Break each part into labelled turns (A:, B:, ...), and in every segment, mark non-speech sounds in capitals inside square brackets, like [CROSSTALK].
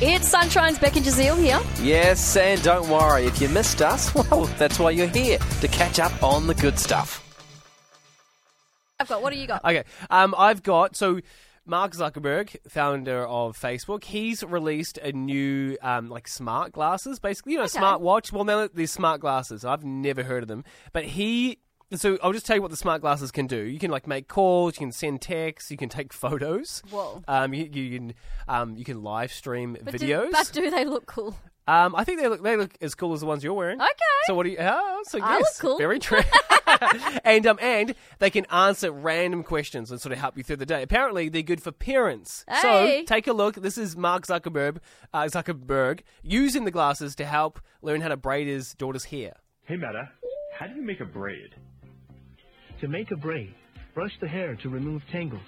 A: It's Sunshine's Becky Jazeel here.
B: Yes, and don't worry, if you missed us, [LAUGHS] well, that's why you're here, to catch up on the good stuff.
A: I've got, what do you got?
C: [LAUGHS] Okay. Um, I've got so Mark Zuckerberg, founder of Facebook, he's released a new um, like smart glasses, basically, you know,
A: Okay.
C: smart watch. Well, now these smart glasses, I've never heard of them, but he. So I'll just tell you what the smart glasses can do. You can like make calls, you can send texts, you can take photos.
A: Whoa.
C: Um, you, you can um, you can live stream
A: But do-
C: videos.
A: but do they look cool?
C: Um, I think they look they look as cool as the ones you're wearing.
A: Okay.
C: So what do you? Oh, so
A: I look
C: yes,
A: cool. [LAUGHS]
C: very true. [LAUGHS] and um, and they can answer random questions and sort of help you through the day. Apparently, they're good for parents.
A: Hey.
C: So take a look. This is Mark Zuckerberg, uh, Zuckerberg using the glasses to help learn how to braid his daughter's hair.
D: Hey, Meta, how do you make a braid?
E: To make a braid, brush the hair to remove tangles.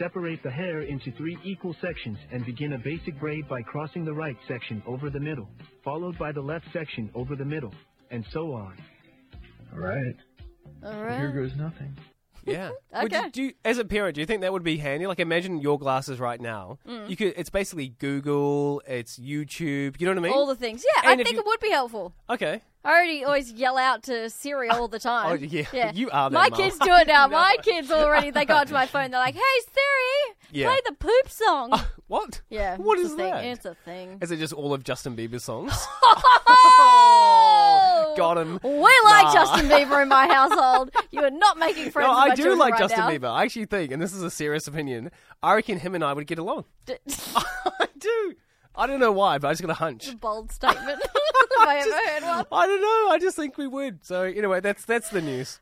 E: Separate the hair into three equal sections and begin a basic braid by crossing the right section over the middle, followed by the left section over the middle, and so on.
D: All right.
A: All
D: Here
A: right.
D: goes nothing.
A: [LAUGHS]
C: Yeah. Would
A: Okay.
C: you, do you, as a parent, do you think that would be handy? Like, imagine your glasses right now.
A: Mm.
C: You could. It's basically Google. It's YouTube. You know what I mean?
A: All the things. Yeah, I
C: And if
A: think
C: you-
A: it would be helpful.
C: okay.
A: I already always yell out to Siri all the time.
C: [LAUGHS] Oh, yeah. You are that
A: My
C: mum.
A: kids do it
C: [LAUGHS]
A: now. My kids already, they go onto my phone, they're like, hey, Siri,
C: Yeah.
A: play the poop
C: [LAUGHS]
A: song.
C: What?
A: yeah.
C: What
A: it's
C: is
A: a thing.
C: that?
A: It's a thing.
C: Is it just all of Justin Bieber's
A: [LAUGHS]
C: songs?
A: Oh!
C: Got him.
A: We like
C: Nah.
A: Justin Bieber in
C: [LAUGHS]
A: my household. You are not making friends
C: No,
A: with my
C: I do
A: children
C: like
A: right
C: Justin
A: now.
C: Bieber. I actually think, and this is a serious opinion, I reckon him and I would get along.
A: [LAUGHS] D-
C: I do. I don't know why, but I just got a hunch.
A: Bold statement. [LAUGHS] Have
C: [LAUGHS]
A: I ever heard one?
C: I don't know. I just think we would. So anyway, that's that's the news.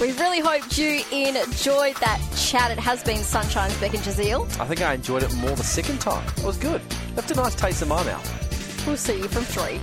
A: We really hoped you enjoyed that chat. It has been Sunshine's Beck and Jazeel.
B: I think I enjoyed it more the second time. It was good. Left a nice taste in my mouth.
A: We'll see you from three.